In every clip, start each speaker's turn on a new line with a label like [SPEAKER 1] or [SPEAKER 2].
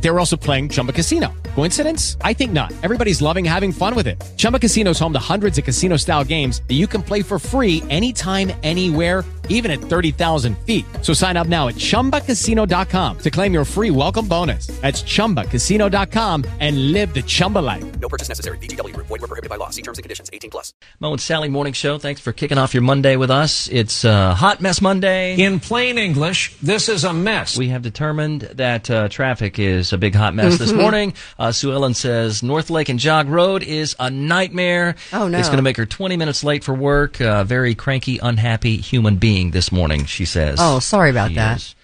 [SPEAKER 1] They were also playing Chumba Casino. Coincidence? I think not. Everybody's loving having fun with it. Chumba Casino is home to hundreds of casino style games that you can play for free anytime, anywhere, even at 30,000 feet. So sign up now at chumbacasino.com to claim your free welcome bonus. That's chumbacasino.com and live the Chumba life.
[SPEAKER 2] No purchase necessary. VGW Group. Void were prohibited by law. See terms and conditions. 18 plus.
[SPEAKER 3] Mo and Sally Morning Show. Thanks for kicking off your Monday with us. It's uh, Hot Mess Monday.
[SPEAKER 4] In plain English, this is a mess.
[SPEAKER 3] We have determined that uh, traffic is a big hot mess
[SPEAKER 5] Mm-hmm.
[SPEAKER 3] this morning. Uh, Sue Ellen says North Lake and Jog Road is a nightmare.
[SPEAKER 5] Oh, no.
[SPEAKER 3] It's going to make her 20 minutes late for work. Uh, very cranky, unhappy human being this morning, she says.
[SPEAKER 5] Oh, sorry about
[SPEAKER 3] She
[SPEAKER 5] that.
[SPEAKER 3] is.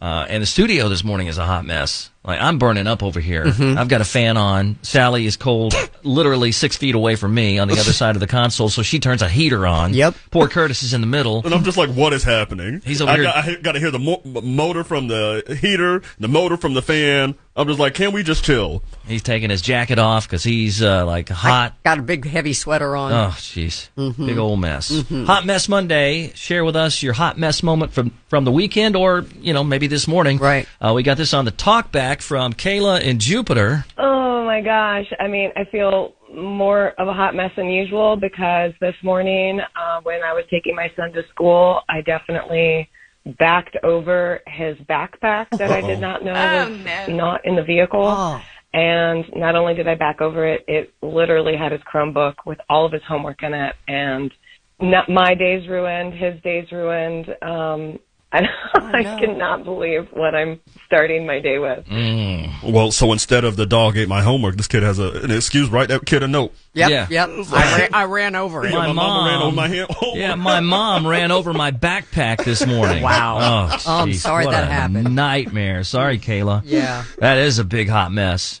[SPEAKER 3] Uh, and the studio this morning is a hot mess. Like I'm burning up over here.
[SPEAKER 5] Mm-hmm.
[SPEAKER 3] I've got a fan on. Sally is cold, literally six feet away from me on the other side of the console, so she turns a heater on.
[SPEAKER 5] Yep.
[SPEAKER 3] Poor Curtis is in the middle.
[SPEAKER 6] And I'm just like, what is happening?
[SPEAKER 3] He's over
[SPEAKER 6] I
[SPEAKER 3] here-
[SPEAKER 6] Got, I got to hear the mo- m- motor from the heater, the motor from the fan. I'm just like, can we just chill?
[SPEAKER 3] He's taking his jacket off because he's uh, like hot.
[SPEAKER 5] Got a big heavy sweater on.
[SPEAKER 3] Oh, jeez.
[SPEAKER 5] Mm-hmm.
[SPEAKER 3] Big old mess. Hot Mess Monday. Share with us your hot mess moment from, from the weekend or, you know, maybe this morning.
[SPEAKER 5] Right.
[SPEAKER 3] Uh, we got this on the talk back from Kayla in Jupiter.
[SPEAKER 7] Oh my gosh. I mean, I feel more of a hot mess than usual because this morning uh, when I was taking my son to school, I definitely backed over his backpack that I did not know was not in the vehicle. And not only did I back over it, it literally had his Chromebook with all of his homework in it. And not, my day's ruined, his day's ruined. Um, I, I cannot believe what I'm starting my day with.
[SPEAKER 6] Well, so instead of the dog ate my homework, this kid has a, an excuse, right? That kid a note.
[SPEAKER 5] Yep,
[SPEAKER 3] yeah.
[SPEAKER 5] yep. I, ran, I ran over it.
[SPEAKER 3] My
[SPEAKER 6] my mama ran
[SPEAKER 3] mom-
[SPEAKER 6] over my hand. Oh,
[SPEAKER 3] Yeah, my mom ran over my backpack this morning. Wow. Oh,
[SPEAKER 5] Oh, I'm
[SPEAKER 3] jeez.
[SPEAKER 5] sorry
[SPEAKER 3] What
[SPEAKER 5] that
[SPEAKER 3] a
[SPEAKER 5] happened.
[SPEAKER 3] Nightmare. Sorry, Kayla.
[SPEAKER 5] Yeah.
[SPEAKER 3] That is a big hot mess.